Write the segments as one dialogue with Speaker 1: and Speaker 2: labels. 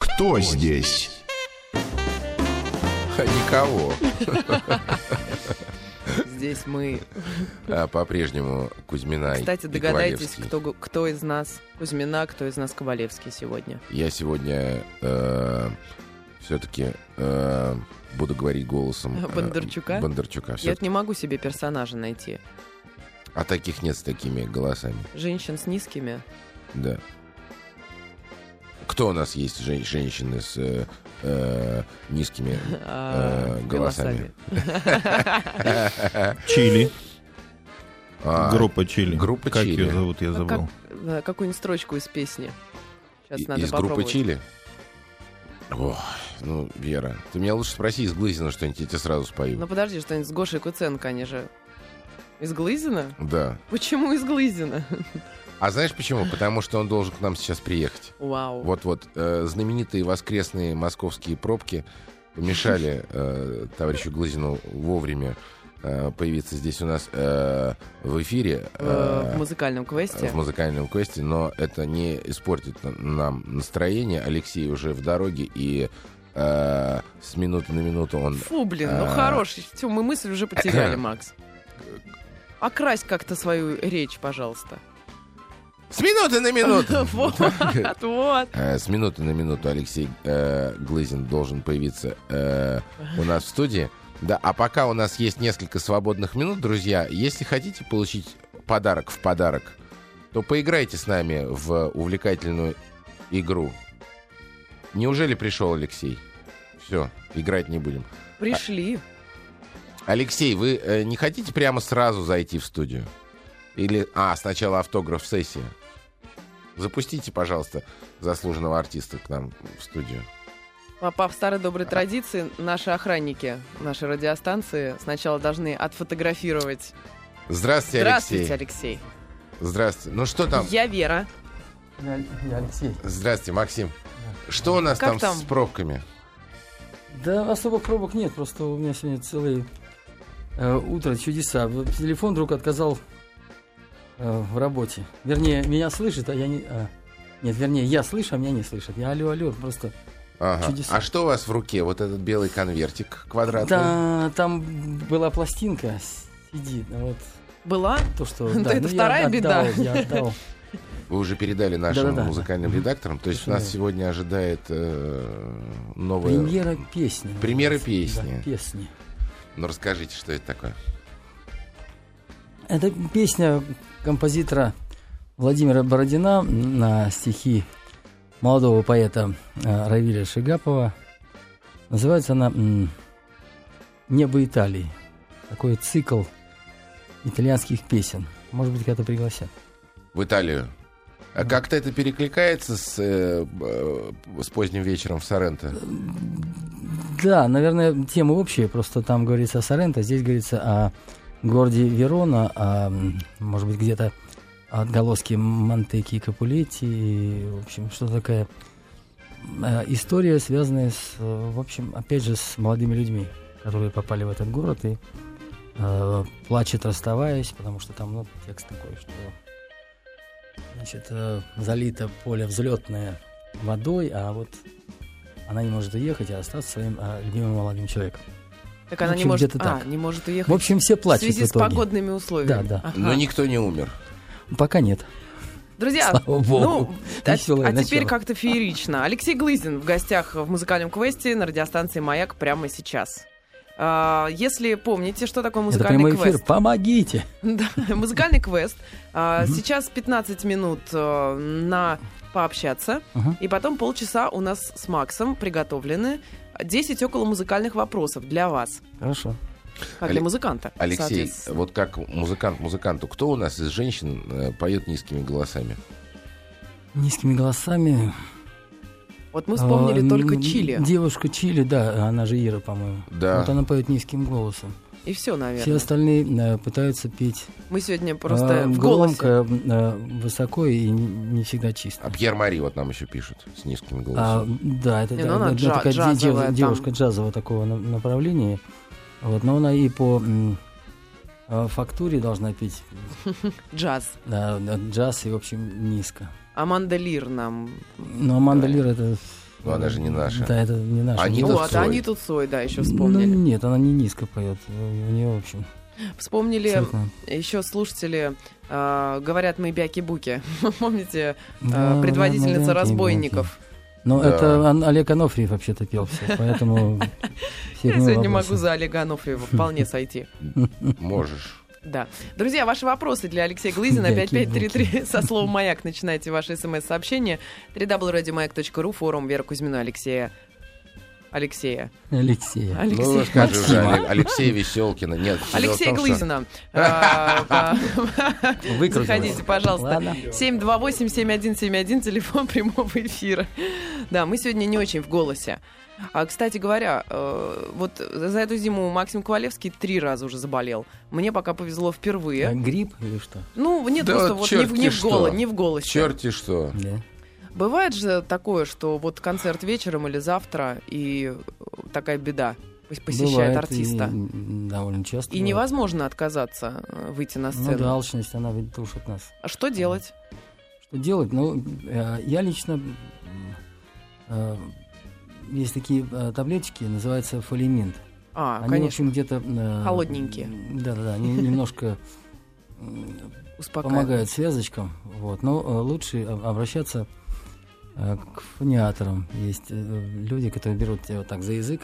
Speaker 1: Кто здесь?
Speaker 2: А Никого.
Speaker 3: Здесь мы.
Speaker 2: А по-прежнему Кузьмина и-
Speaker 3: Кстати,
Speaker 2: и
Speaker 3: догадайтесь,
Speaker 2: Ковалевский.
Speaker 3: кто, г- кто из нас Кузьмина, кто из нас Ковалевский сегодня.
Speaker 2: Я сегодня все-таки буду говорить голосом э,
Speaker 3: Бондарчука?
Speaker 2: Бондарчука.
Speaker 3: Я
Speaker 2: Всё-
Speaker 3: вот не могу себе персонажа найти.
Speaker 2: А таких нет с такими голосами.
Speaker 3: Женщин с низкими.
Speaker 2: Да. Кто у нас есть жен- женщины с э, э, низкими
Speaker 3: а,
Speaker 2: Э, голосами.
Speaker 1: Чили.
Speaker 2: а,
Speaker 1: Группа Чили.
Speaker 2: группа
Speaker 1: как
Speaker 2: Чили.
Speaker 1: ее зовут, я
Speaker 3: Ну,
Speaker 1: забыл.
Speaker 3: как- э, Какую-нибудь строчку из песни. Сейчас
Speaker 2: и-
Speaker 3: надо
Speaker 2: из
Speaker 3: попробовать.
Speaker 2: группы Чили? Ох, ну, Вера, ты меня лучше спроси из Глызина что-нибудь, я тебе сразу спою.
Speaker 3: Ну подожди, что-нибудь с Гошей Куценко, они же... Из Глызина?
Speaker 2: Да.
Speaker 3: Почему из Глызина?
Speaker 2: А знаешь почему? Потому что он должен к нам сейчас приехать.
Speaker 3: Вау.
Speaker 2: Вот-вот, э, знаменитые воскресные московские пробки помешали э, товарищу Глызину вовремя э, появиться здесь у нас э, в эфире.
Speaker 3: Э, в
Speaker 2: э,
Speaker 3: музыкальном квесте.
Speaker 2: в музыкальном квесте, но это не испортит на- нам настроение. Алексей уже в дороге, и э, с минуты на минуту он...
Speaker 3: Фу, блин, ну
Speaker 2: А.
Speaker 3: хорош. Всё, мы мысль уже потеряли, Макс. Окрась как-то свою речь, пожалуйста.
Speaker 2: С минуты на минуту!
Speaker 3: Вот, вот.
Speaker 2: Э, С минуты на минуту Алексей э, Глызин должен появиться э, у нас в студии. Да, а пока у нас есть несколько свободных минут, друзья, если хотите получить подарок в подарок, то поиграйте с нами в увлекательную игру. Неужели пришел Алексей? Все, играть не будем.
Speaker 3: Пришли.
Speaker 2: Алексей, вы э, не хотите прямо сразу зайти в студию? Или... А, сначала автограф-сессия. Запустите, пожалуйста, заслуженного артиста к нам в студию.
Speaker 3: По, по старой доброй традиции, наши охранники, наши радиостанции сначала должны отфотографировать.
Speaker 2: Здравствуйте,
Speaker 3: Здравствуйте,
Speaker 2: Алексей.
Speaker 3: Алексей.
Speaker 2: Здравствуйте. Ну что там?
Speaker 3: Я Вера.
Speaker 4: Я, я Алексей.
Speaker 2: Здравствуйте, Максим. Что у нас
Speaker 3: Как
Speaker 2: там,
Speaker 3: там?
Speaker 2: с пробками?
Speaker 4: Да особо пробок нет, просто у меня сегодня целое э, утро чудеса. В- Телефон вдруг отказал э, в работе. Вернее, меня слышит, а я не... а, нет, вернее, я слышу, а меня не слышат. Я алло, алло, просто...
Speaker 2: Ага.
Speaker 4: Чудеса.
Speaker 2: А что у вас в руке? Вот этот белый конвертик квадратный?
Speaker 4: Да, там была пластинка, сидит, ну вот
Speaker 3: Была?
Speaker 4: то, что... ну,
Speaker 3: Да, это
Speaker 4: я
Speaker 3: вторая
Speaker 4: отдал,
Speaker 3: беда.
Speaker 4: Я отдал.
Speaker 2: Вы уже передали нашим
Speaker 4: Да-да-да.
Speaker 2: музыкальным редакторам. То есть
Speaker 4: Совершенно
Speaker 2: нас сегодня ожидает э, новая...
Speaker 4: Премьера песни.
Speaker 2: Премьера
Speaker 4: Да,
Speaker 2: песни.
Speaker 4: песни.
Speaker 2: Ну расскажите, что это такое?
Speaker 4: Это песня композитора Владимира Бородина на стихи молодого поэта э, Равиля Шигапова. Называется она м, «Небо Италии». Такой цикл итальянских песен. Может быть, когда-то пригласят.
Speaker 2: в Италию. А как-то это перекликается с, э, б- э, с поздним вечером в Соренто?
Speaker 4: Да, наверное, темы общие. Просто там говорится о Соренто, здесь говорится о городе Верона, о, м, может быть, где-то отголоски Монтеки и Капулетти. и, В общем, что такая э, история, связанная с, э, в общем, опять же, с молодыми людьми, которые попали в этот город и э, плачет, расставаясь, потому что там, ну, текст такой, что значит, э, залито поле взлетное водой, а вот она не может уехать и остаться своим э, любимым молодым человеком.
Speaker 3: Так
Speaker 4: В
Speaker 3: она не
Speaker 4: общем,
Speaker 3: может...
Speaker 4: где-то
Speaker 3: а,
Speaker 4: так.
Speaker 3: не может уехать.
Speaker 4: В общем, все
Speaker 3: в
Speaker 4: плачут
Speaker 3: связи
Speaker 4: в
Speaker 3: с
Speaker 4: итоге.
Speaker 3: погодными условиями.
Speaker 4: Да, Ну, да.
Speaker 3: Ага.
Speaker 2: Но никто не умер.
Speaker 4: Пока нет.
Speaker 3: Друзья,
Speaker 4: Слава богу.
Speaker 3: ну, а,
Speaker 4: Веселое
Speaker 3: а теперь
Speaker 4: начало.
Speaker 3: как-то феерично. Алексей Глызин в гостях в музыкальном квесте на радиостанции «Маяк» прямо сейчас. А, Если помните, что такое
Speaker 4: Это
Speaker 3: музыкальный
Speaker 4: прямой
Speaker 3: квест.
Speaker 4: эфир. Помогите!
Speaker 3: Да, музыкальный квест. А, Сейчас 15 минут э, на пообщаться.
Speaker 4: Мгм.
Speaker 3: И потом полчаса у нас с Максом приготовлены 10 около музыкальных вопросов для вас,
Speaker 4: Хорошо.
Speaker 3: как
Speaker 2: Але-
Speaker 3: для музыканта.
Speaker 2: Алексей,
Speaker 3: соответственно.
Speaker 2: вот как музыкант музыканту, кто у нас из женщин э, поет низкими голосами?
Speaker 4: Низкими голосами.
Speaker 3: Вот мы вспомнили
Speaker 4: э, А,
Speaker 3: только
Speaker 4: м,
Speaker 3: Чили.
Speaker 4: Девушка Чили, да, она же Ира, по-моему.
Speaker 2: Да.
Speaker 4: Вот она поет низким голосом.
Speaker 3: И все,
Speaker 4: Все
Speaker 3: наверное.
Speaker 4: остальные э, пытаются петь
Speaker 3: Мы сегодня просто
Speaker 4: э,
Speaker 3: в голосе.
Speaker 4: громко, э, высоко и н- не всегда чисто.
Speaker 2: А Пьер Мари вот нам еще пишет с низким
Speaker 4: А,
Speaker 2: голосом.
Speaker 4: да, это
Speaker 3: Не,
Speaker 4: да,
Speaker 3: ну она
Speaker 4: да,
Speaker 3: джа-
Speaker 4: такая де- дев-
Speaker 3: джазовая там.
Speaker 4: девушка джазового такого на- направления. Вот, но она и по м, э, фактуре должна петь
Speaker 3: Джаз.
Speaker 4: да, да, джаз и, в общем, низко.
Speaker 3: Аманда Лир нам.
Speaker 4: Но Аманда Лир это
Speaker 2: Но она же не наша.
Speaker 4: Да, это не наша.
Speaker 2: Они- Аниту
Speaker 3: Ну вот,
Speaker 2: Цой.
Speaker 3: Аниту Цой, да, еще
Speaker 4: Ну,
Speaker 3: вспомнили.
Speaker 4: нет, она не низко поет. У нее, в общем,
Speaker 3: Вспомнили
Speaker 4: абсолютно-
Speaker 3: еще слушатели, э, говорят, мы бяки-буки. Помните, э,
Speaker 4: Да,
Speaker 3: предводительница
Speaker 4: да, да,
Speaker 3: разбойников?
Speaker 4: Ну,
Speaker 2: Да.
Speaker 4: это Ан- Олег Анофриев вообще-то пел все, поэтому... все к
Speaker 3: Я
Speaker 4: нему
Speaker 3: сегодня
Speaker 4: вопросы.
Speaker 3: могу за Олега Анофриева вполне сойти.
Speaker 4: А.
Speaker 2: Можешь.
Speaker 3: Да. Друзья, ваши вопросы для Алексея Глызина
Speaker 4: Бяки-буки.
Speaker 3: 5533 со словом «Маяк» начинайте ваши смс-сообщения. www.radiomayak.ru, форум Вера Кузьмина, Алексея. Алексея.
Speaker 4: Алексея.
Speaker 2: Ну,
Speaker 3: Алексея.
Speaker 2: скажи уже,
Speaker 4: Максима.
Speaker 2: Але- Алексей Веселкина. Нет, дело в
Speaker 3: Алексея
Speaker 2: том, что-
Speaker 3: Глызина. Э, по-
Speaker 4: Выкрутилась.
Speaker 3: Заходите, пожалуйста.
Speaker 4: Ладно.
Speaker 3: 728-7171, телефон прямого эфира. Да, мы сегодня не очень в голосе. А, кстати говоря, э, вот за эту зиму Максим Ковалевский три раза уже заболел. Мне пока повезло
Speaker 4: А,
Speaker 3: впервые.
Speaker 4: Грипп или что?
Speaker 3: Ну, нет,
Speaker 2: Да
Speaker 3: просто
Speaker 2: вот
Speaker 3: вот не, в-
Speaker 2: черти
Speaker 3: не в голо-
Speaker 2: что.
Speaker 3: не в голосе.
Speaker 2: Черти что.
Speaker 4: Да.
Speaker 3: Бывает же такое, что вот концерт вечером или завтра, и э, такая беда пос- посещает
Speaker 4: Бывает
Speaker 3: артиста.
Speaker 4: и, м, довольно часто.
Speaker 3: И,
Speaker 4: бывает.
Speaker 3: невозможно отказаться э, выйти на
Speaker 4: Ну да,
Speaker 3: сцену.
Speaker 4: алчность, она ведь душит нас.
Speaker 3: А Что делать?
Speaker 4: Что делать? Ну, э, я лично... м, э, Есть такие э, таблеточки, называется фолиминт.
Speaker 3: А,
Speaker 4: Они, в
Speaker 3: конечно,
Speaker 4: общем, где-то... э,
Speaker 3: Холодненькие.
Speaker 4: Да-да-да, они немножко м,
Speaker 3: успокаивать.
Speaker 4: помогают связочкам, вот, но э, лучше о- обращаться э, к фониаторам. Есть э, люди, которые берут тебя вот так за язык,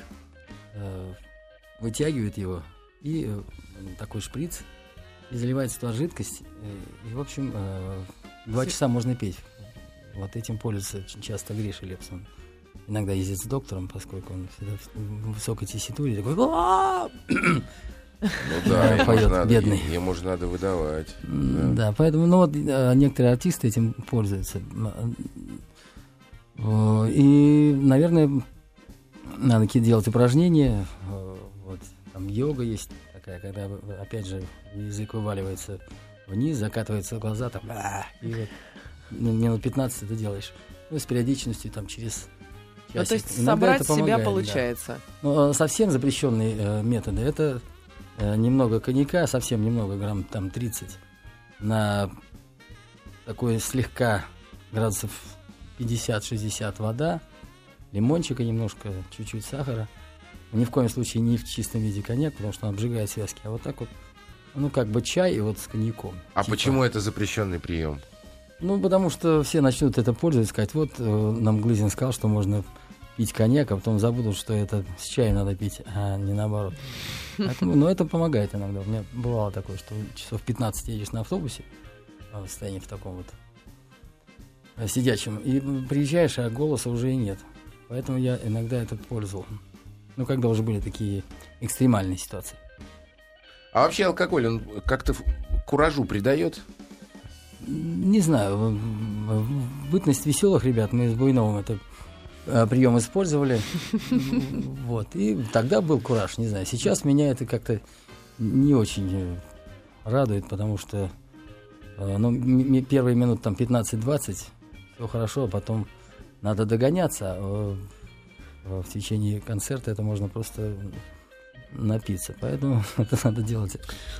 Speaker 4: э, вытягивают его, и э, такой шприц, и заливается туда жидкость, э, и, в общем, э, два
Speaker 3: С-
Speaker 4: часа можно петь. Вот этим пользуется очень часто Гриша Лепсон. Иногда ездит с доктором, поскольку он всегда в в высокой тесситуре, такой «А-а-а!»
Speaker 2: Ну да,
Speaker 4: Да,
Speaker 2: ему же
Speaker 4: поёт,
Speaker 2: надо-
Speaker 4: бедный.
Speaker 2: ему же надо выдавать.
Speaker 4: М, Да, поэтому, ну вот э, некоторые артисты этим пользуются. М, э, И, наверное, надо какие-то делать упражнения. Э, Вот там йога есть такая, когда вы- опять же язык вываливается вниз, закатываются глаза, там «А!» и вот ну, минут 15 ты делаешь. Ну, с периодичностью там через
Speaker 3: Ну, то
Speaker 4: часик.
Speaker 3: есть
Speaker 4: Иногда
Speaker 3: собрать
Speaker 4: это
Speaker 3: себя
Speaker 4: помогает, да.
Speaker 3: получается.
Speaker 4: Ну, а совсем запрещенные э, методы это э, немного коньяка, совсем немного, грамм там 30, на такой слегка градусов 50-60 вода, лимончика немножко, чуть-чуть сахара. Ну, Ни в коем случае не в чистом виде коньяк, потому что он обжигает связки. А вот так вот, ну как бы чай и вот с коньяком.
Speaker 2: А
Speaker 4: Типа.
Speaker 2: почему это запрещенный прием?
Speaker 4: Ну, потому что все начнут это пользоваться, сказать, вот э, нам Глызин сказал, что можно пить коньяк, а потом забудут, что это с чаем надо пить, а не наоборот. Поэтому, но это помогает иногда. У меня бывало такое, что часов 15 едешь на автобусе, а, в состоянии в таком вот э, сидячем, и м, приезжаешь, а голоса уже и нет. Поэтому я иногда это пользовал. Ну, когда уже были такие экстремальные ситуации.
Speaker 2: А вообще алкоголь, он как-то ф- куражу придает?
Speaker 4: Не знаю, в- в- в бытность веселых ребят мы с Буйновым это э, прием использовали. Вот. И тогда был кураж, не знаю. Сейчас меня это как-то не очень э, радует, потому что э, ну, м- м- первые минут там 15-20 все хорошо, а потом надо догоняться. а, э, В течение концерта это можно просто напиться. Поэтому это надо делать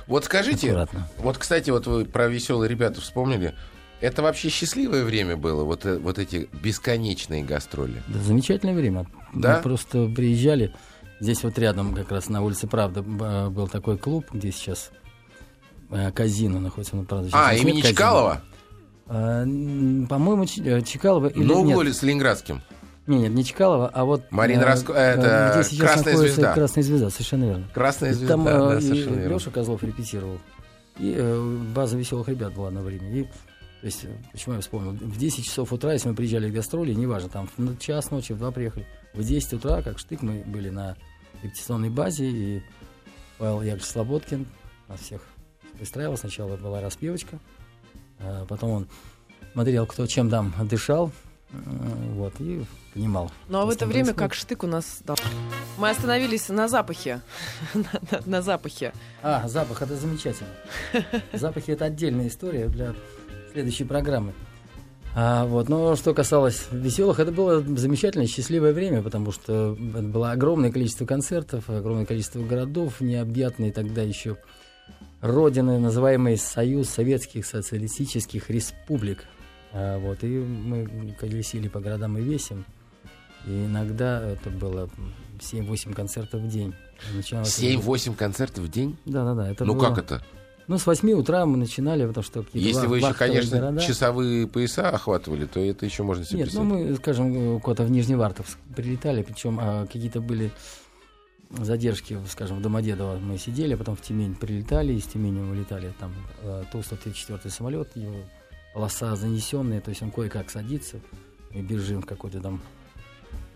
Speaker 2: Вот скажите,
Speaker 4: аккуратно.
Speaker 2: вот, кстати, вот вы про веселые ребята вспомнили. Это вообще счастливое время было, вот, э- вот эти бесконечные гастроли.
Speaker 4: Да, замечательное время.
Speaker 2: Да?
Speaker 4: Мы просто приезжали. Здесь вот рядом как раз на улице Правда б- э, был такой клуб, где сейчас э, казино находится. Ну, правда, сейчас
Speaker 2: а,
Speaker 4: нет
Speaker 2: имени
Speaker 4: казино.
Speaker 2: Чкалова?
Speaker 4: Э, н- По-моему, Ч- э, Чкалова или
Speaker 2: На углу
Speaker 4: нет?
Speaker 2: с Ленинградским.
Speaker 4: Не, нет, не Чкалова, а вот...
Speaker 2: Ну, Марина Раск- это
Speaker 4: где сейчас
Speaker 2: «Красная
Speaker 4: находится
Speaker 2: звезда».
Speaker 4: Красная звезда, совершенно верно.
Speaker 2: Красная звезда,
Speaker 4: Там
Speaker 2: да,
Speaker 4: э, и
Speaker 2: совершенно верно.
Speaker 4: Леша Козлов репетировал, и э, база веселых ребят была на время. И, то есть, э, почему я вспомнил, в 10 часов утра, если мы приезжали к гастроли, неважно, там в н- час ночи, в два приехали, в 10 утра, как штык, мы были на репетиционной базе, и Павел Яковлевич Слободкин нас всех выстраивал. Сначала была распевочка, э, потом он смотрел, кто чем там дышал, э, вот, и понимал.
Speaker 3: Ну а в
Speaker 4: Просто
Speaker 3: это
Speaker 4: в
Speaker 3: время
Speaker 4: принципе-
Speaker 3: как штык у нас... да. Мы остановились на запахе. На- на- На запахе.
Speaker 4: А, запах это замечательно. Запахи это отдельная история для следующей программы. А, вот, но что касалось веселых, это было замечательное, счастливое время, потому что это было огромное количество концертов, огромное количество городов, необъятные тогда еще родины, называемые Союз Советских Социалистических Республик. А, вот, и мы колесили по городам и весим. И иногда это было 7-8 концертов в день. Начиналось-
Speaker 2: 7-8 концертов в день?
Speaker 4: Да-да-да. Это
Speaker 2: ну
Speaker 4: было-
Speaker 2: как это?
Speaker 4: Ну, с 8 утра мы начинали, потому что... какие-то
Speaker 2: Если
Speaker 4: вах-
Speaker 2: вы еще,
Speaker 4: вахтовые
Speaker 2: конечно,
Speaker 4: города.
Speaker 2: часовые пояса охватывали, то это еще можно себе
Speaker 4: Нет, ну
Speaker 2: представить.
Speaker 4: мы, скажем, куда-то в Нижневартовск прилетали, причем а, какие-то были задержки, скажем, в Домодедово мы сидели, а потом в Тюмень прилетали, из Тюмени вылетали, там а, Ту-134 самолет, его полоса занесенная, то есть он кое-как садится, мы бежим в какую-то там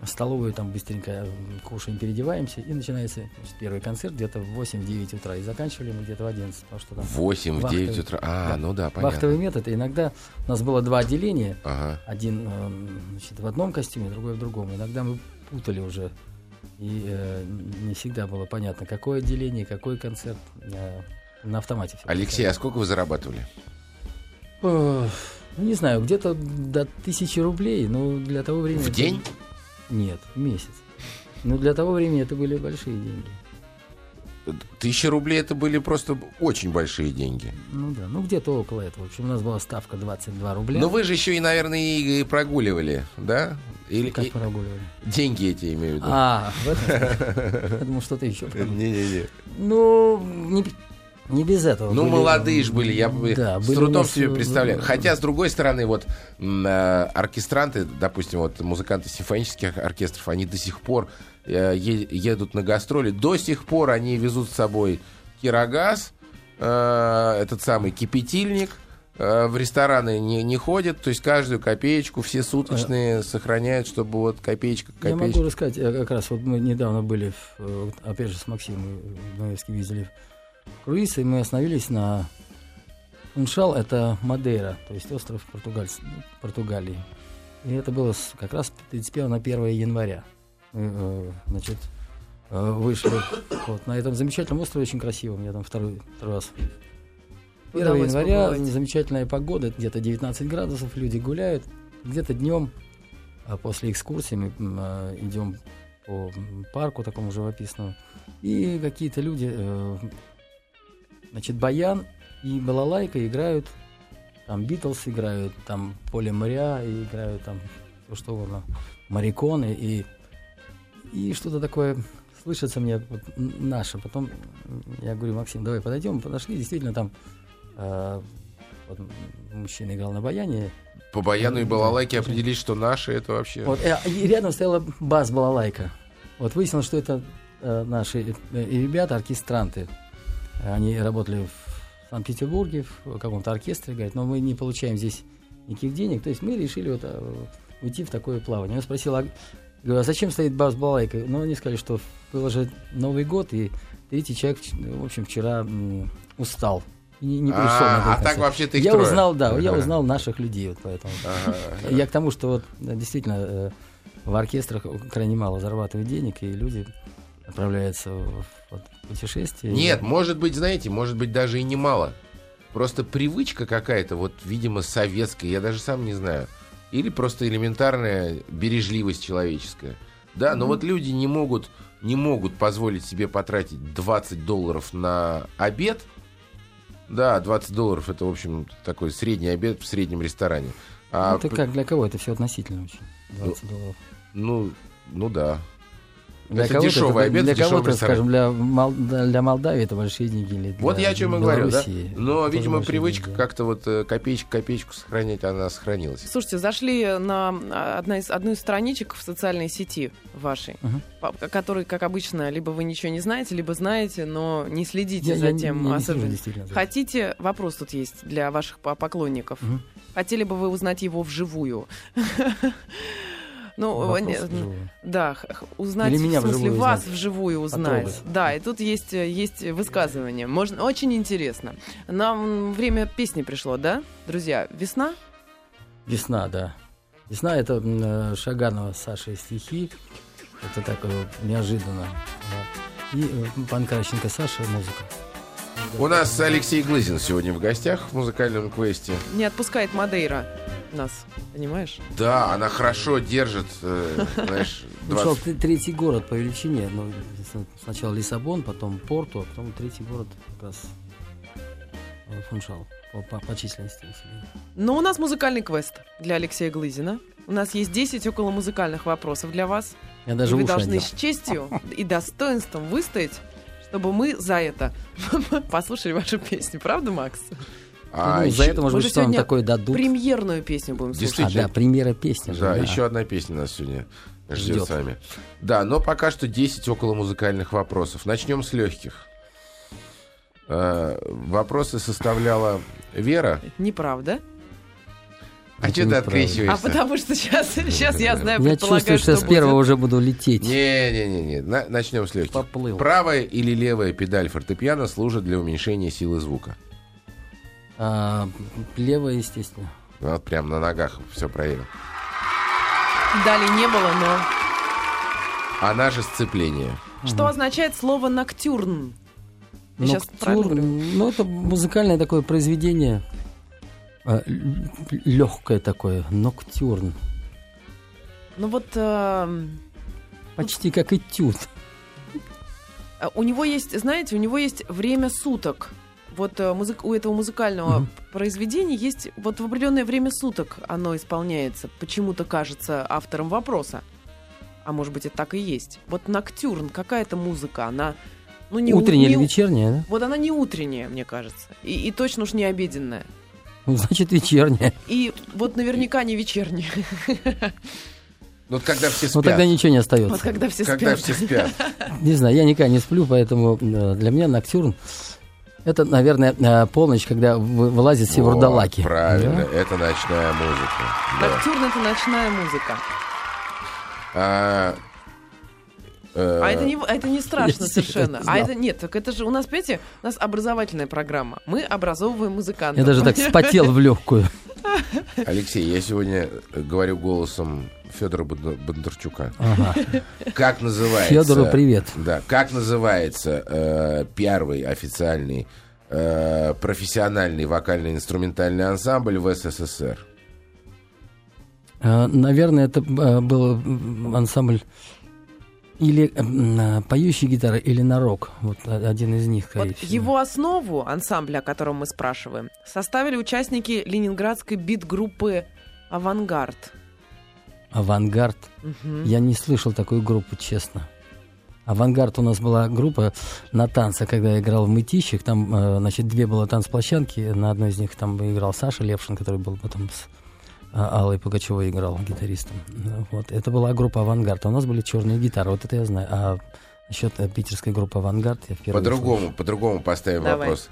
Speaker 4: столовую, там быстренько м, кушаем, переодеваемся, и начинается значит, первый концерт где-то в 8-9 утра, и заканчивали мы где-то в 11, потому что там
Speaker 2: 8 в
Speaker 4: вахтовые.
Speaker 2: 9 утра. А,
Speaker 4: Да.
Speaker 2: ну да, понятно.
Speaker 4: вахтовый метод, и иногда у нас было два отделения,
Speaker 2: Ага.
Speaker 4: один эм, значит, в одном костюме, другой в другом. Иногда мы путали уже. И э, не всегда было понятно, какое отделение, какой концерт. Э, на автомате всё
Speaker 2: Алексей, а сколько вы зарабатывали?
Speaker 4: Ох, ну, не знаю, где-то до тысячи рублей, но для того времени...
Speaker 2: В
Speaker 4: это-
Speaker 2: день?
Speaker 4: Нет, в месяц. Но для того времени это были большие деньги.
Speaker 2: Тысяча рублей это были просто очень большие деньги.
Speaker 4: Ну да, ну где-то около этого. В общем, у нас была ставка 22 рубля.
Speaker 2: Но вы же еще и, наверное, и и прогуливали, да? Или
Speaker 4: Как
Speaker 2: и-
Speaker 4: прогуливали?
Speaker 2: деньги эти имею в виду.
Speaker 4: А, в этом? Я думал, что-то еще.
Speaker 2: Не-не-не.
Speaker 4: Ну, не, не без этого.
Speaker 2: Ну,
Speaker 4: Были-
Speaker 2: молодые же были, я бы
Speaker 4: Да,
Speaker 2: с
Speaker 4: были у
Speaker 2: трудом
Speaker 4: нас,
Speaker 2: себе
Speaker 4: э,
Speaker 2: представляю. Хотя, с другой стороны, вот м, э, оркестранты, допустим, вот музыканты симфонических оркестров, они до сих пор э, е- едут на гастроли. До сих пор они везут с собой кирогаз, э, этот самый кипятильник, э, в рестораны не, не ходят, то есть каждую копеечку все суточные сохраняют, чтобы вот копеечка к
Speaker 4: А. Я могу
Speaker 2: копеечке.
Speaker 4: рассказать, э, как раз вот мы недавно были, в, э, вот опять же, с Максимом Ноевским ездили в круиз, и мы остановились на Уншал, это Мадейра, то есть остров Португальс- ну, Португалии. И это было с- как раз 31 на 1 января. Мы, э, значит, э, вышли вот, на этом замечательном острове, очень красивом, я там второй, второй раз. 1
Speaker 3: Удалось
Speaker 4: января,
Speaker 3: побывать.
Speaker 4: замечательная погода, где-то 19 градусов, люди гуляют, где-то днем а после экскурсии мы м, а, идем по м, парку такому живописному, и какие-то люди, э, значит, баян и балалайка играют, там Битлз играют, там Поле моря и играют, там всё что угодно, Мариконы и, и что-то такое слышится мне вот, н- наше. Потом м, я говорю, Максим, давай подойдем, подошли, действительно там э, вот, м, мужчина играл на баяне,
Speaker 2: По баяну и балалайке определить, что наши это вообще...
Speaker 4: вот, э, и рядом стояла бас балалайка. Вот выяснилось, что это э, наши э, и ребята, оркестранты. Они работали в Санкт-Петербурге, в каком-то оркестре, говорят, но мы не получаем здесь никаких денег. То есть мы решили вот, э, уйти в такое плавание. Он спросил, а, говорю, а зачем стоит бас балалайка? Ну, они сказали, что был же Новый год, и третий человек, в общем, вчера м, устал. И не, не пришел на
Speaker 2: А,
Speaker 4: этот
Speaker 2: а так
Speaker 4: концерт.
Speaker 2: вообще-то их
Speaker 4: Я
Speaker 2: трое.
Speaker 4: узнал, да, я
Speaker 2: Ага.
Speaker 4: узнал наших людей, вот поэтому.
Speaker 2: Ага.
Speaker 4: Я к тому, что вот э, действительно э, в оркестрах крайне мало зарабатывают денег, и люди отправляются в Ну, вот, путешествие.
Speaker 2: Нет, может быть, знаете, может быть, даже и немало. Просто привычка какая-то, вот, видимо, советская, я даже сам не знаю. Или просто элементарная бережливость человеческая. Да, но вот люди не могут, не могут позволить себе потратить 20 долларов на обед. Да, 20 долларов это, в общем, такой средний обед в среднем ресторане.
Speaker 4: Ну,
Speaker 2: А
Speaker 4: это
Speaker 2: п-
Speaker 4: как для кого? Это все относительно очень. 20 долларов.
Speaker 2: ну, ну да.
Speaker 4: Для
Speaker 2: это
Speaker 4: кого-то
Speaker 2: дешевый обед
Speaker 4: для
Speaker 2: в дешевом
Speaker 4: кого-то,
Speaker 2: ресторане.
Speaker 4: скажем, для, Мол- для Молдавии это большие деньги. Или для
Speaker 2: Вот я о чем и говорю, да?
Speaker 4: Белоруссии это
Speaker 2: Но,
Speaker 4: тоже
Speaker 2: видимо,
Speaker 4: большие
Speaker 2: привычка
Speaker 4: деньги.
Speaker 2: как-то вот э, копеечку копеечку сохранять, она сохранилась.
Speaker 3: Слушайте, зашли на а, одна из, одну из страничек в социальной сети вашей,
Speaker 4: Мгм.
Speaker 3: по- о которой, как обычно, либо вы ничего не знаете, либо знаете, но не следите
Speaker 4: Я-
Speaker 3: за
Speaker 4: я не-
Speaker 3: тем а,
Speaker 4: не слежу,
Speaker 3: особенно.
Speaker 4: действительно, за этим.
Speaker 3: Хотите, вопрос тут есть для ваших по- поклонников.
Speaker 4: Мгм.
Speaker 3: Хотели бы вы узнать его вживую? Ну,
Speaker 4: Вопрос
Speaker 3: не-
Speaker 4: живой.
Speaker 3: да, х- х- узнать,
Speaker 4: Или меня
Speaker 3: в смысле,
Speaker 4: вживую
Speaker 3: вас
Speaker 4: узнать.
Speaker 3: вживую узнать.
Speaker 4: Потрогать.
Speaker 3: Да, и тут есть, э, есть высказывание. Можно, очень интересно. Нам время песни пришло, да, друзья? Весна?
Speaker 4: Весна, да. Весна это м, э, Шаганова с Сашей стихи. Это так э, неожиданно. да. И э, Панкарченко Саша музыка.
Speaker 2: У нас Алексей Глызин сегодня в гостях в музыкальном квесте.
Speaker 3: Не отпускает Мадейра нас, понимаешь?
Speaker 2: Да, она хорошо держит, э, знаешь,
Speaker 4: Пришел
Speaker 2: 20...
Speaker 4: третий город по величине. Ну, с- сначала Лиссабон, потом Порту, а потом третий город как раз э, Фуншал по, по- по численности населения.
Speaker 3: Но у нас музыкальный квест для Алексея Глызина. У нас есть 10 около музыкальных вопросов для вас.
Speaker 4: Я даже
Speaker 3: и вы
Speaker 4: уши
Speaker 3: должны
Speaker 4: одел.
Speaker 3: с честью и достоинством выстоять, чтобы мы за это послушали вашу песню. Правда, Макс?
Speaker 2: А
Speaker 4: Ну,
Speaker 2: еще-
Speaker 4: за это, может
Speaker 3: Мы
Speaker 4: быть,
Speaker 3: же
Speaker 4: что вам
Speaker 3: сегодня
Speaker 4: такое дадут.
Speaker 3: Премьерную песню будем слушать.
Speaker 4: А, да, премьера песни. же,
Speaker 2: Да,
Speaker 4: да.
Speaker 2: еще одна песня нас сегодня ждет,
Speaker 4: Ждет.
Speaker 2: с вами. Да, но пока что 10 около музыкальных вопросов. Начнем с легких. Э, вопросы составляла Вера.
Speaker 3: Неправда.
Speaker 2: А
Speaker 4: Это
Speaker 2: что ты
Speaker 4: неправильно.
Speaker 2: открещиваешься?
Speaker 3: А потому что сейчас, сейчас я знаю,
Speaker 4: Я
Speaker 3: предполагаю,
Speaker 4: чувствую, что я с
Speaker 3: будет.
Speaker 4: первого уже буду лететь.
Speaker 2: Не-не-не, на- начнем с легких.
Speaker 4: Поплыл.
Speaker 2: Правая или левая педаль фортепиано служит для уменьшения силы звука.
Speaker 4: А, левая, естественно.
Speaker 2: Ну, Вот прям на ногах все проверил.
Speaker 3: Далее не было, но...
Speaker 2: Она же сцепление.
Speaker 3: Что означает слово «ноктюрн»? Я щас правильно
Speaker 4: Ноктюрн,
Speaker 3: говорю?
Speaker 4: ну, это музыкальное такое произведение. Легкое такое, ноктюрн.
Speaker 3: Ну вот эм,
Speaker 4: Почти как этюд.
Speaker 3: а у него есть, знаете, у него есть время суток. Вот э, музык- у этого музыкального
Speaker 4: Мгм.
Speaker 3: произведения есть вот в определенное время суток оно исполняется. Почему-то кажется автором вопроса. А может быть, это так и есть. Вот «ноктюрн» какая-то музыка, она... Ну, не у-
Speaker 4: Утреннее
Speaker 3: не
Speaker 4: или
Speaker 3: у-
Speaker 4: вечернее, да?
Speaker 3: Вот она не утренняя, мне кажется. И, и точно уж не обеденная.
Speaker 4: Ну, значит, вечернее.
Speaker 3: И вот наверняка не вечерняя.
Speaker 2: Ну, вот когда все спят.
Speaker 4: Ну, тогда ничего не
Speaker 3: Вот
Speaker 4: остается.
Speaker 3: когда все
Speaker 2: Когда
Speaker 3: спят.
Speaker 2: все спят.
Speaker 4: Не знаю, я никогда не сплю, поэтому э, для меня ноктюрн это, наверное, э, полночь, когда вы- вылазит все
Speaker 2: Вот,
Speaker 4: вурдалаки.
Speaker 2: Правильно,
Speaker 4: Да?
Speaker 2: это ночная музыка. Да.
Speaker 3: «Ноктюрн» — это ночная музыка.
Speaker 2: А, э,
Speaker 3: А это не, а это не страшно
Speaker 4: Если
Speaker 3: совершенно.
Speaker 4: я
Speaker 3: А
Speaker 4: знал.
Speaker 3: это нет, так это же у нас, понимаете, у нас образовательная программа. Мы образовываем музыкантов.
Speaker 4: Я даже так вспотел в легкую.
Speaker 2: Алексей, я сегодня говорю голосом Федора Бондарчука.
Speaker 4: Ага.
Speaker 2: Как называется...
Speaker 4: Федору привет.
Speaker 2: Да, как называется э, первый официальный э, профессиональный вокально-инструментальный ансамбль в СССР?
Speaker 4: Э, Наверное, это э, был м, ансамбль или м, э, поющие гитары, или нарок. Вот о- один из них, скорее
Speaker 3: Вот
Speaker 4: всего.
Speaker 3: его основу, ансамбля, о котором мы спрашиваем, составили участники ленинградской бит-группы «Авангард».
Speaker 4: Авангард.
Speaker 3: Мгм.
Speaker 4: Я не слышал такую группу, честно. Авангард у нас была группа на танце, когда я играл в «Мытищах». Там, э, значит, две было танцплощадки. На одной из них там играл Саша Левшин, который был потом с э, Аллой Пугачевой играл гитаристом. Ну, Вот. Это была группа «Авангард». А у нас были черные гитары, вот это я знаю. А насчет э, питерской группы «Авангард» я впервые...
Speaker 2: По-другому, по-другому поставим
Speaker 3: Давай.
Speaker 2: вопрос.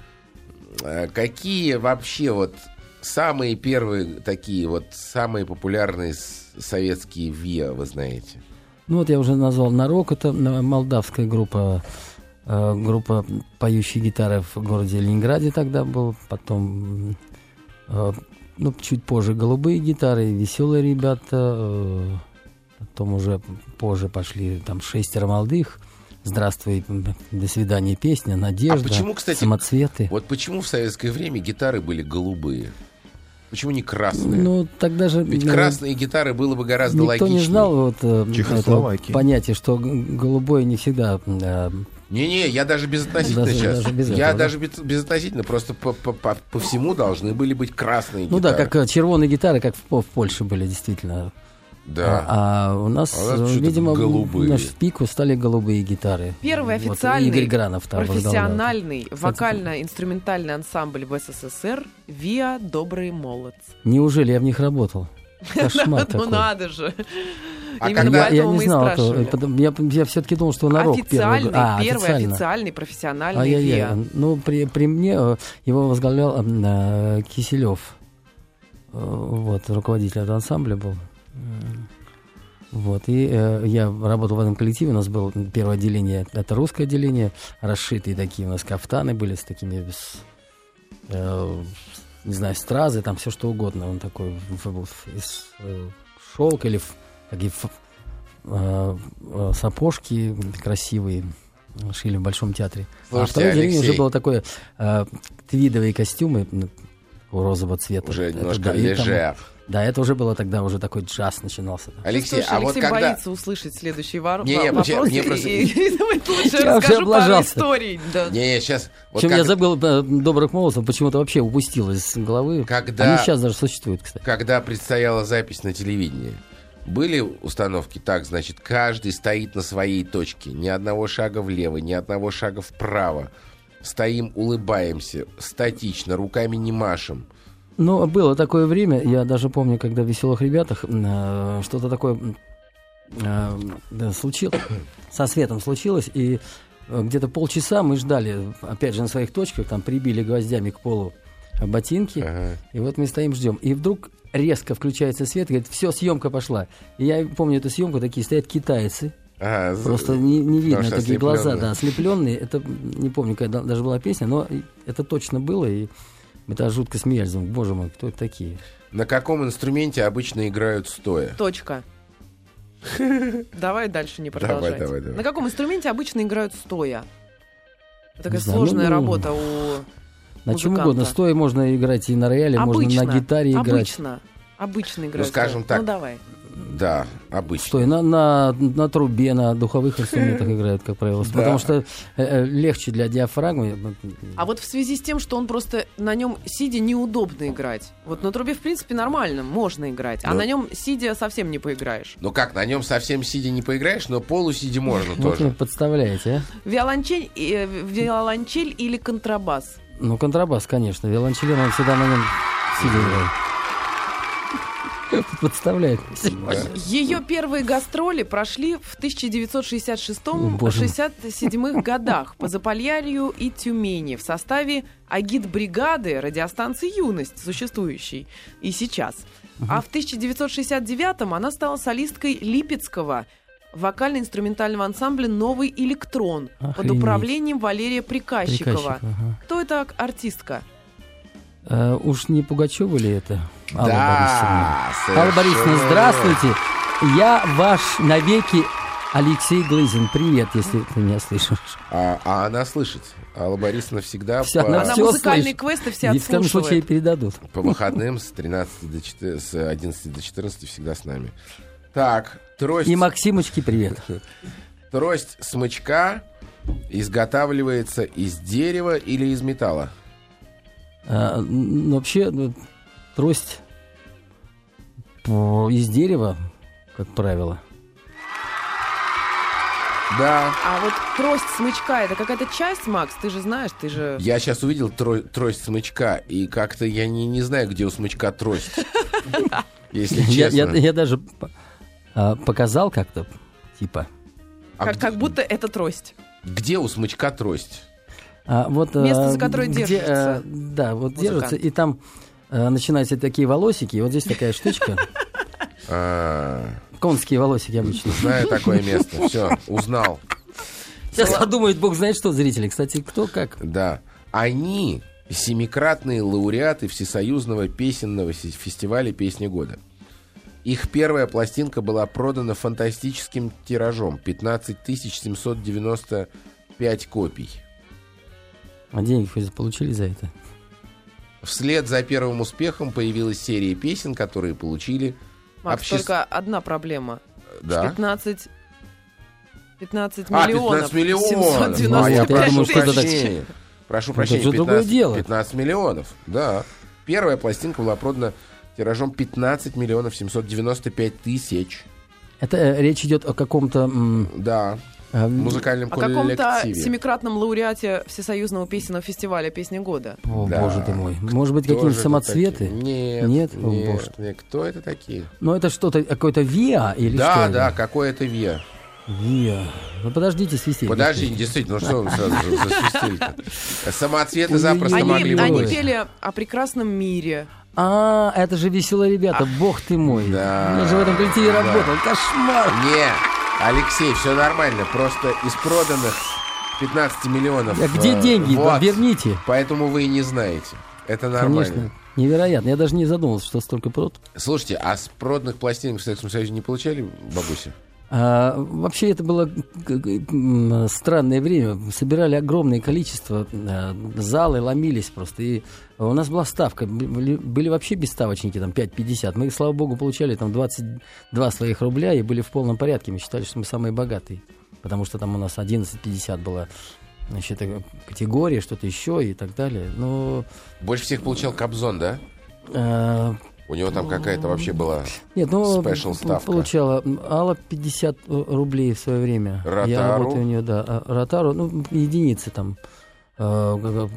Speaker 2: Э, Какие вообще вот самые первые такие вот самые популярные с- советские ВИА вы знаете?
Speaker 4: Ну вот я уже назвал Нарок, это э, молдавская группа, э, группа поющей гитары в городе Ленинграде тогда был, потом, м, э, ну чуть позже голубые гитары, веселые ребята, э, потом уже позже пошли там шестеро молодых, здравствуй, м, до свидания песня, надежда,
Speaker 2: А почему, кстати,
Speaker 4: самоцветы.
Speaker 2: Вот почему в советское время гитары были голубые? Почему не красные?
Speaker 4: Ну тогда же
Speaker 2: Ведь
Speaker 4: э,
Speaker 2: красные гитары было бы гораздо
Speaker 4: Никто
Speaker 2: логичнее.
Speaker 4: не знал вот э, этого
Speaker 1: Чехословакии.
Speaker 4: понятия, что г- голубое не всегда э,
Speaker 2: Не-не, я даже безотносительно
Speaker 4: Даже-
Speaker 2: сейчас.
Speaker 4: даже без
Speaker 2: я
Speaker 4: этого, да?
Speaker 2: даже без- безотносительно, просто по, по- по- по всему должны были быть красные
Speaker 4: Ну да,
Speaker 2: гитары.
Speaker 4: как э, червоные гитары, как в, По- в Польше были, действительно.
Speaker 2: Да.
Speaker 4: А, а у нас,
Speaker 2: А у нас
Speaker 4: э,
Speaker 2: что-то
Speaker 4: видимо,
Speaker 2: голубые.
Speaker 4: в наш пику стали голубые гитары.
Speaker 3: Первый
Speaker 4: Вот
Speaker 3: официальный
Speaker 4: Игорь Гранов там возглавлял.
Speaker 3: профессиональный вокально-инструментальный ансамбль в СССР «Виа Добрый Молодцы».
Speaker 4: Неужели я в них работал? Кошмар
Speaker 3: Ну
Speaker 4: такой.
Speaker 3: надо же.
Speaker 2: А
Speaker 4: Я-
Speaker 3: Именно
Speaker 2: когда-
Speaker 4: я,
Speaker 3: поэтому мы
Speaker 4: не
Speaker 3: и
Speaker 4: знал этого.
Speaker 3: спрашивали.
Speaker 4: Потом- Я, все-таки думал, что нарок
Speaker 3: Официальный,
Speaker 4: первый. А,
Speaker 3: первый
Speaker 4: официально.
Speaker 3: официальный профессиональный
Speaker 4: Ай-яй-яй.
Speaker 3: ВИА.
Speaker 4: Ну, при, при мне э, его возглавлял э, э, Киселев. Э, Вот, руководитель этого ансамбля был. М. Вот, и э, я работал в этом коллективе, у нас было первое отделение, это русское отделение, расшитые такие у нас кафтаны были с такими, с, э, с- не знаю, стразы, там все что угодно, он такой в- был в- из э, шелка или в- такие ф- э, э, сапожки красивые шили в Большом театре. а
Speaker 2: Слушайте,
Speaker 4: второе отделение
Speaker 2: Алексей.
Speaker 4: уже было такое э, твидовые костюмы, м, такого музыку розового цвета.
Speaker 2: Уже
Speaker 4: Это
Speaker 2: немножко
Speaker 4: да, и там-
Speaker 2: лежав.
Speaker 4: да, это уже было тогда, уже такой джаз начинался.
Speaker 2: Алексей,
Speaker 3: Слушай,
Speaker 2: а
Speaker 3: Алексей
Speaker 2: вот когда...
Speaker 3: боится услышать следующий вар...
Speaker 2: Не, не,
Speaker 3: вопрос,
Speaker 2: мне- мне
Speaker 3: и-
Speaker 2: просто-
Speaker 3: и- и думает, лучше
Speaker 4: Я вообще
Speaker 3: расскажу пару
Speaker 4: облажался.
Speaker 3: историй. Да.
Speaker 2: Не, не, сейчас... Вот
Speaker 4: Причем
Speaker 2: как-
Speaker 4: я забыл э, добрых молодцев, почему-то вообще упустил из головы.
Speaker 2: Когда-
Speaker 4: Они сейчас даже существуют, кстати.
Speaker 2: когда предстояла запись на телевидении, были установки так, значит, каждый стоит на своей точке, ни одного шага влево, ни одного шага вправо. Стоим, улыбаемся, статично, руками не машем.
Speaker 4: Ну, было такое время, я даже помню, когда в «Веселых ребятах» э, что-то такое м, э, да, случилось, со светом случилось, и э, где-то полчаса мы ждали, опять же, на своих точках, там прибили гвоздями к полу ботинки,
Speaker 2: Ага.
Speaker 4: и вот мы стоим, ждем. И вдруг резко включается свет, и говорит, все, съемка пошла. И я помню эту съемку, такие стоят китайцы,
Speaker 2: Ага, з-
Speaker 4: Просто не, не видно,
Speaker 2: что
Speaker 4: такие глаза,
Speaker 2: ослеплённые.
Speaker 4: да, ослепленные. Это, не помню, когда даже была песня, но это точно было, и мы тогда жутко смеялись. Думаю, боже мой, кто это такие?
Speaker 2: На каком инструменте обычно играют стоя?
Speaker 3: Точка. Давай дальше не
Speaker 2: Давай,
Speaker 3: продолжать.
Speaker 2: давай, давай.
Speaker 3: На каком инструменте обычно играют стоя? Это
Speaker 4: Не
Speaker 3: такая
Speaker 4: знаю,
Speaker 3: сложная
Speaker 4: ну,
Speaker 3: работа у...
Speaker 4: На чем
Speaker 3: Музыканта.
Speaker 4: угодно. Стоя можно играть и на рояле,
Speaker 3: обычно.
Speaker 4: можно на гитаре играть.
Speaker 3: Обычно. Обычно играют
Speaker 2: скажем
Speaker 3: стоя.
Speaker 2: так.
Speaker 3: Ну, давай.
Speaker 2: Да, обычно.
Speaker 4: Стоя на, на, на трубе, на духовых инструментах играют, как правило.
Speaker 2: Да.
Speaker 4: Потому что э, э, легче для диафрагмы.
Speaker 3: А вот в связи с тем, что он просто на нем сидя неудобно играть. Вот на трубе, в принципе, нормально, можно играть. А
Speaker 2: Ну.
Speaker 3: на нем сидя совсем не поиграешь.
Speaker 2: Ну как, на нем совсем сидя не поиграешь, но полусидя можно
Speaker 4: Вот вы
Speaker 2: тоже.
Speaker 4: подставляете, а?
Speaker 3: Виолончель, э, виолончель или контрабас?
Speaker 4: Ну, контрабас, конечно. Виолончелин, он всегда на нем сидя играет. Подставляет.
Speaker 3: Ее первые гастроли прошли в 1966
Speaker 4: Боже мой.
Speaker 3: 67 годах по Заполярью и Тюмени в составе агитбригады радиостанции «Юность», существующей и сейчас. А в 1969 она стала солисткой Липецкого вокально-инструментального ансамбля «Новый электрон» под
Speaker 4: Охренеть.
Speaker 3: управлением Валерия Приказчикова.
Speaker 4: Приказчик, ага.
Speaker 3: Кто эта артистка?
Speaker 4: Э, Уж не Пугачева ли это? Алла Борисовна.
Speaker 2: Да,
Speaker 4: Алла Борисовна,
Speaker 2: совершенно
Speaker 4: здравствуйте. Я ваш навеки Алексей Глызин. Привет, если ты меня слышишь.
Speaker 2: верно. А, а она слышит. Алла Борисовна всегда
Speaker 4: Вся
Speaker 2: по-
Speaker 4: она
Speaker 3: Она
Speaker 4: Всё
Speaker 3: музыкальные
Speaker 4: слышит.
Speaker 3: квесты все
Speaker 4: И в таком случае
Speaker 3: отслушивает.
Speaker 4: передадут.
Speaker 2: По выходным с 13 до 4 с 11 до 14 всегда с нами. Так, трость,
Speaker 4: И Максимочке привет.
Speaker 2: трость смычка изготавливается из дерева или из металла?
Speaker 4: А, м, Вообще, ну, трость п- из дерева, как правило.
Speaker 2: Да.
Speaker 3: А вот трость смычка это какая-то часть, Макс, ты же знаешь, ты же.
Speaker 2: Я сейчас увидел тро- трость смычка, и как-то я не, не знаю, где у смычка трость. Если
Speaker 4: Я, я-
Speaker 2: честно.
Speaker 4: я даже п- а, показал как-то, типа.
Speaker 2: А
Speaker 3: как,
Speaker 2: г-
Speaker 3: как будто это трость.
Speaker 2: Где у смычка трость?
Speaker 4: А, вот, э,
Speaker 3: Место, за которое
Speaker 4: где, э,
Speaker 3: держится
Speaker 4: Да, вот
Speaker 3: музыкант.
Speaker 4: держится, и там э, начинаются такие волосики, и вот здесь такая штучка.
Speaker 2: А,
Speaker 4: Конские волосики обычно.
Speaker 2: Знаю такое место. Все, узнал.
Speaker 4: Сейчас подумают, бог знает что, зрители. Кстати, кто как.
Speaker 2: Да. Они семикратные лауреаты Всесоюзного песенного си- фестиваля «Песни года». Их первая пластинка была продана фантастическим тиражом 15 795 копий.
Speaker 4: А деньги хоть получили за это?
Speaker 2: Вслед за первым успехом появилась серия песен, которые получили...
Speaker 3: Макс,
Speaker 2: Обще-
Speaker 3: только одна проблема.
Speaker 2: Да.
Speaker 3: 15. 15
Speaker 2: А,
Speaker 3: миллионов.
Speaker 2: 15 миллионов.
Speaker 4: Ну,
Speaker 2: А, я
Speaker 3: 795
Speaker 2: прошу
Speaker 4: думаю, что это Ну,
Speaker 3: тысяч.
Speaker 2: прощения. Прошу
Speaker 4: Это
Speaker 2: прощения,
Speaker 4: же другое
Speaker 2: 15,
Speaker 4: дело.
Speaker 2: 15 миллионов. Да. Первая пластинка была продана тиражом 15 миллионов 795 тысяч.
Speaker 4: Это э, речь идет о каком-то... м,
Speaker 2: Да,
Speaker 4: э,
Speaker 2: в музыкальном
Speaker 3: О а каком-то
Speaker 2: коллективе.
Speaker 3: семикратном лауреате Всесоюзного песенного фестиваля «Песни года».
Speaker 4: О,
Speaker 2: Да.
Speaker 4: боже ты мой. Может быть,
Speaker 2: Тоже
Speaker 4: какие-нибудь
Speaker 2: вот
Speaker 4: самоцветы?
Speaker 2: такие. Нет,
Speaker 4: Нет?
Speaker 2: нет,
Speaker 4: О, боже.
Speaker 2: нет. Кто это такие?
Speaker 4: Но это что-то, какое-то ВИА или что?
Speaker 2: да,
Speaker 4: это?
Speaker 2: да, какое это ВИА.
Speaker 4: ВИА. Ну подождите свистеть.
Speaker 2: Подожди,
Speaker 4: господи.
Speaker 2: действительно, ну что вы сразу же засвистели-то? Самоцветы запросто
Speaker 4: Ой-ой-ой.
Speaker 2: могли
Speaker 3: Они,
Speaker 2: бы
Speaker 3: они
Speaker 4: Ой.
Speaker 2: быть.
Speaker 3: пели о прекрасном мире.
Speaker 4: А, это же веселые ребята, бог ты мой.
Speaker 2: Да.
Speaker 4: Я же в этом коллективе
Speaker 2: Да.
Speaker 4: работал. Кошмар.
Speaker 2: Не, Алексей, все нормально. Просто из проданных 15 миллионов.
Speaker 4: А где
Speaker 2: э,
Speaker 4: деньги?
Speaker 2: вот.
Speaker 4: Верните.
Speaker 2: Поэтому вы и не знаете. Это нормально.
Speaker 4: Конечно. Невероятно. Я даже не задумывался, что столько прод.
Speaker 2: Слушайте, а с проданных пластинок в Советском Союзе не получали бабуси?
Speaker 4: А, вообще это было к- к- м, странное время. Собирали огромное количество, э, залы ломились просто. И у нас была ставка. Были, были вообще бесставочники, там 5,50. Мы, слава богу, получали там 22 своих рубля и были в полном порядке. Мы считали, что мы самые богатые. Потому что там у нас 11,50 была значит, э, категория, что-то еще и так далее. Но
Speaker 2: Больше всех получал Кобзон, да?
Speaker 4: э,
Speaker 2: У него там какая-то вообще была...
Speaker 4: Нет, ну,
Speaker 2: Спешл
Speaker 4: п-
Speaker 2: ставка.
Speaker 4: получала м, Алла 50 ру- рублей в свое время. Я
Speaker 2: Ротару?
Speaker 4: работаю у нее, да. а, Ротару, ну, единицы там. Э, г- г-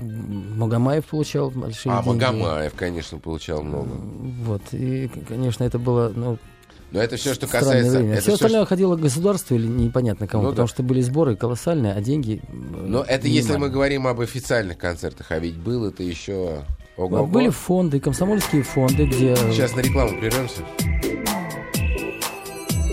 Speaker 4: Магомаев получал большие
Speaker 2: А,
Speaker 4: деньги.
Speaker 2: Магомаев, конечно, получал много.
Speaker 4: Вот, и, к- конечно, это было, ну,
Speaker 2: Но это все, что
Speaker 4: странное
Speaker 2: касается...
Speaker 4: время.
Speaker 2: это
Speaker 4: все
Speaker 2: всё,
Speaker 4: остальное
Speaker 2: что-
Speaker 4: ходило к государству или непонятно кому,
Speaker 2: Ну
Speaker 4: потому
Speaker 2: да.
Speaker 4: что были сборы колоссальные, а деньги...
Speaker 2: Но это если мы говорим об официальных концертах, а ведь был это еще... Ого-го.
Speaker 4: Были фонды, комсомольские фонды, где...
Speaker 2: Сейчас на рекламу прервемся.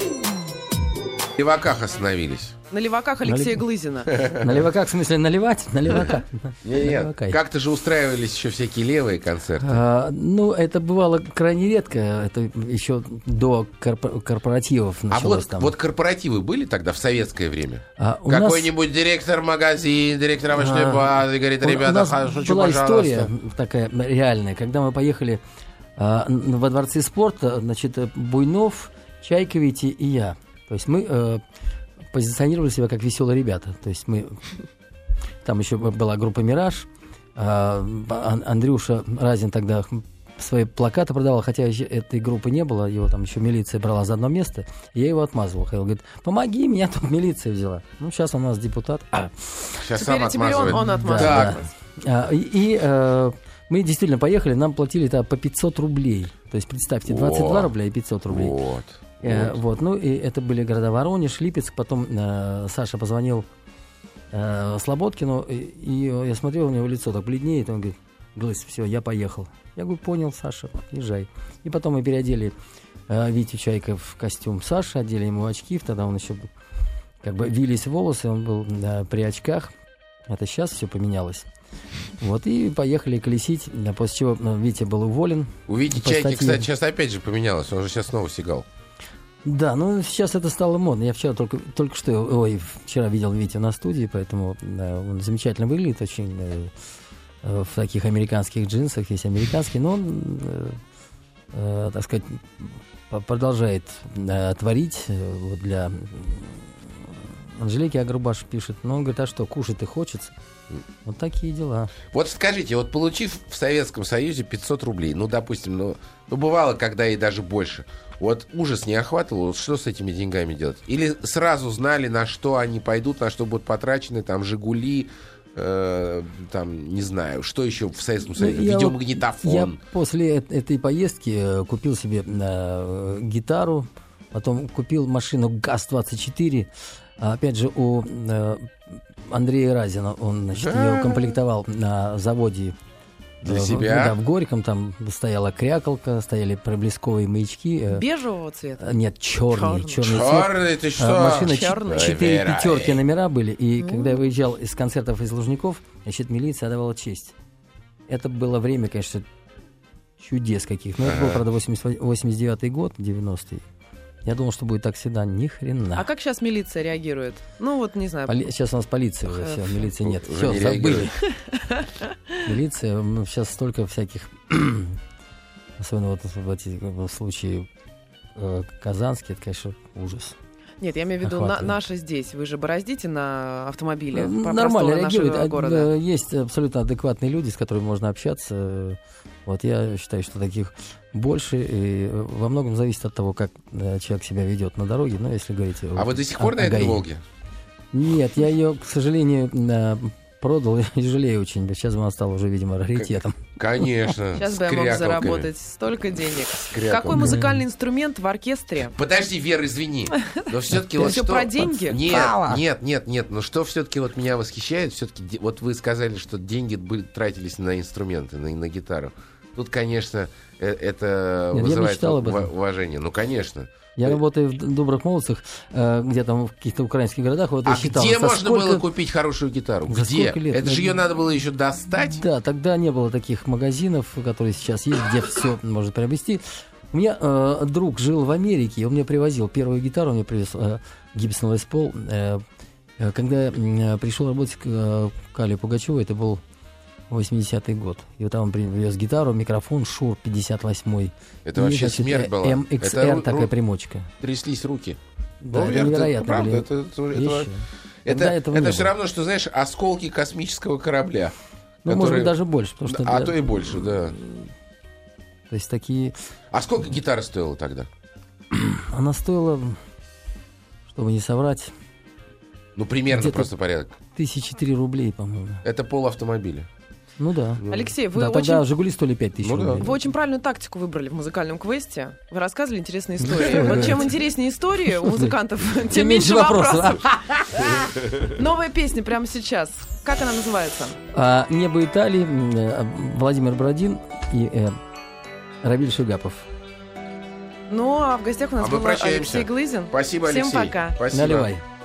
Speaker 2: В Иваках остановились.
Speaker 3: На леваках Алексея Глызина.
Speaker 4: На леваках, в смысле, наливать? На леваках.
Speaker 2: Не-не,
Speaker 4: Левакай.
Speaker 2: как-то же устраивались еще всякие левые концерты.
Speaker 4: А, ну, это бывало крайне редко. Это еще до корпо- корпоративов
Speaker 2: А
Speaker 4: началось
Speaker 2: вот,
Speaker 4: там.
Speaker 2: вот корпоративы были тогда в советское время?
Speaker 4: А у нас-
Speaker 2: Какой-нибудь директор магазина, директор овощной
Speaker 4: А,
Speaker 2: базы говорит,
Speaker 4: у- у
Speaker 2: ребята,
Speaker 4: нас
Speaker 2: хочу,
Speaker 4: была
Speaker 2: пожалуйста».
Speaker 4: история такая реальная, когда мы поехали а, н- во дворцы спорта, значит, э, Буйнов, Чайковити и я. То есть мы э, позиционировали себя как веселые ребята. То есть мы там еще б- была группа Мираж. а, Ан- Андрюша Разин тогда свои плакаты продавал, хотя еще этой группы не было, его там еще милиция брала за одно место, я его отмазывал. Ходил, говорит, помоги, меня тут милиция взяла. Ну, сейчас он у нас депутат.
Speaker 2: Сейчас
Speaker 3: Теперь-
Speaker 2: сам
Speaker 3: теперь он-
Speaker 2: отмазывает.
Speaker 3: он отмазывает.
Speaker 2: Так,
Speaker 4: Да. А, И, и, э, мы действительно поехали, нам платили там по 500 рублей. То есть, представьте, 22
Speaker 2: О.
Speaker 4: рубля и 500 рублей.
Speaker 2: Вот.
Speaker 4: Э,
Speaker 2: Вот.
Speaker 4: вот, ну и это были города Воронеж, Липецк. Потом э, Саша позвонил э, Слободкину, и, и я смотрел, у него лицо так бледнеет, он говорит, Глысь, все, я поехал. Я говорю, понял, Саша, езжай. И потом мы переодели э, Витю Чайка в костюм Саши, одели ему очки, тогда он еще был- как бы вились волосы, он был э, при очках. Это сейчас все поменялось. Вот, и поехали колесить, э, после чего э, Витя был уволен.
Speaker 2: У Вити
Speaker 4: по
Speaker 2: Чайки,
Speaker 4: статье.
Speaker 2: кстати, сейчас опять же поменялось. Он же сейчас снова сигал.
Speaker 4: Да, ну сейчас это стало модно. Я вчера только, только что, ой, вчера видел Витя на студии, поэтому да, он замечательно выглядит, очень э, э, в таких американских джинсах, есть американский, но он, э, э, так сказать, п- продолжает э, творить э, вот для м, Анжелики Агрубаш пишет, но он говорит, а что, кушать и хочется? Вот такие дела.
Speaker 2: Вот скажите, вот получив в Советском Союзе 500 рублей, ну, допустим, ну, ну, бывало, когда и даже больше, вот ужас не охватывал, вот что с этими деньгами делать? Или сразу знали, на что они пойдут, на что будут потрачены, там, «Жигули», э, там, не знаю, что еще в Советском
Speaker 4: Ну,
Speaker 2: Союзе,
Speaker 4: я вот-
Speaker 2: видеомагнитофон.
Speaker 4: Я после эт- этой поездки э, купил себе э, гитару, потом купил машину ГАЗ-24. А, Опять же, у э, Андрея Разина, он значит, ее
Speaker 2: Да.
Speaker 4: комплектовал на заводе.
Speaker 2: Для
Speaker 4: э, в-
Speaker 2: себя?
Speaker 4: Да, в Горьком там стояла крякалка, стояли проблесковые маячки. э,
Speaker 3: Бежевого цвета.
Speaker 4: э, Нет, черный,
Speaker 3: Чёрный.
Speaker 4: черный цвет.
Speaker 2: Черный, ты
Speaker 4: А,
Speaker 2: что?
Speaker 4: Машина
Speaker 3: Чёрный.
Speaker 4: 4
Speaker 2: Проверяй.
Speaker 4: пятерки номера были. И когда я выезжал из концертов из Лужников, значит, милиция отдавала честь. Это было время, конечно, чудес каких. Но это был, правда, 88 89 год, 90-й. Я думал, что будет так всегда. Ни хрена.
Speaker 3: А как сейчас милиция реагирует? Ну вот, не знаю.
Speaker 4: Поли- Сейчас у нас полиция уже, все, милиции нет.
Speaker 2: Уже
Speaker 4: Все,
Speaker 2: не
Speaker 4: забыли.
Speaker 2: реагирует.
Speaker 4: Милиция, ну, сейчас столько всяких, особенно вот в эти э, случаи э, казанские, это, конечно, ужас.
Speaker 3: Нет, я имею в виду на-
Speaker 4: Охватывает.
Speaker 3: наши здесь. Вы же бороздите на автомобиле.
Speaker 4: Э,
Speaker 3: по
Speaker 4: Нормально
Speaker 3: просторам нашего
Speaker 4: реагирует. А,
Speaker 3: города.
Speaker 4: э, Есть абсолютно адекватные люди, с которыми можно общаться. Э, Вот я считаю, что таких больше. И э, во многом зависит от того, как э, человек себя ведет на дороге. Но если говорить...
Speaker 2: А вы до сих пор на этой «Волге»?
Speaker 4: Нет, я ее, к сожалению, э, продал и жалею очень. Сейчас бы она стала уже, видимо, раритетом.
Speaker 2: Конечно.
Speaker 3: Сейчас
Speaker 2: с
Speaker 3: бы я мог
Speaker 2: крякалками.
Speaker 3: заработать столько денег.
Speaker 2: крякалками.
Speaker 3: Какой музыкальный инструмент в оркестре?
Speaker 2: Подожди, Вер, извини, но все-таки
Speaker 3: Это
Speaker 2: вот
Speaker 3: всё
Speaker 2: что-
Speaker 3: про деньги?
Speaker 2: Нет, нет, нет, нет, но что все-таки вот меня восхищает, все-таки вот вы сказали, что деньги были тратились на инструменты, на, на гитару. Тут, конечно, э, это
Speaker 4: Нет, я бы не
Speaker 2: вызывает
Speaker 4: читал об
Speaker 2: ув-
Speaker 4: этом.
Speaker 2: уважение. Ну, конечно.
Speaker 4: Я
Speaker 2: Э,
Speaker 4: работаю в Д- Добрых Молодцах, э, где там в каких-то украинских городах. Вот я
Speaker 2: а
Speaker 4: считал,
Speaker 2: где
Speaker 4: со
Speaker 2: можно было
Speaker 4: сколько-
Speaker 2: купить хорошую гитару?
Speaker 4: За
Speaker 2: Где?
Speaker 4: сколько лет? Ну,
Speaker 2: Это же
Speaker 4: Я-
Speaker 2: ее надо было еще достать.
Speaker 4: Да, тогда не было таких магазинов, которые сейчас есть, где все можно приобрести. У меня э, друг жил в Америке, и он мне привозил первую гитару, он мне привез э, Гибсон Les Paul. Э, э, когда я м, пришел работать к э, Кале Пугачеву, это был 80-й год. И вот там он привез гитару, микрофон Шур 58-й.
Speaker 2: Это
Speaker 4: И,
Speaker 2: вообще
Speaker 4: значит,
Speaker 2: смерть
Speaker 4: э,
Speaker 2: была. Это
Speaker 4: MXR
Speaker 2: ру-
Speaker 4: такая
Speaker 2: ру-
Speaker 4: примочка.
Speaker 2: Тряслись руки.
Speaker 4: Да,
Speaker 2: Ну,
Speaker 4: это невероятно.
Speaker 2: Правда,
Speaker 4: были
Speaker 2: это, это- это-
Speaker 4: вещи. Ну,
Speaker 2: это-
Speaker 4: Тогда этого
Speaker 2: это
Speaker 4: не
Speaker 2: все
Speaker 4: было.
Speaker 2: равно, что, знаешь, осколки космического корабля.
Speaker 4: Ну, может
Speaker 2: которые-
Speaker 4: быть, даже больше, потому что...
Speaker 2: А
Speaker 4: для-
Speaker 2: то и больше, да.
Speaker 4: То есть такие...
Speaker 2: А сколько гитара стоила тогда?
Speaker 4: Она стоила, чтобы не соврать,
Speaker 2: Ну, примерно
Speaker 4: Где-то-
Speaker 2: просто порядок.
Speaker 4: тысячи три рублей, по-моему.
Speaker 2: Это пол автомобиля.
Speaker 4: Ну да.
Speaker 3: Алексей, вы
Speaker 4: да,
Speaker 3: очень
Speaker 4: тогда «Жигули» стоили пять тысяч
Speaker 2: Ну да.
Speaker 4: рублей.
Speaker 3: Вы очень правильную тактику выбрали в музыкальном квесте. Вы рассказывали интересные истории. Вот чем интереснее истории у музыкантов, тем меньше вопросов. Новая песня прямо сейчас. Как она называется?
Speaker 4: А, «Небо Италии», м, э, Владимир Бородин и э, Равиль Шигапов.
Speaker 3: Ну, а в гостях у нас
Speaker 2: А мы
Speaker 3: был
Speaker 2: А прощаемся.
Speaker 3: Алексей Глызин.
Speaker 2: Спасибо,
Speaker 3: Всем
Speaker 2: Алексей.
Speaker 3: пока.
Speaker 2: Спасибо.
Speaker 4: Наливай.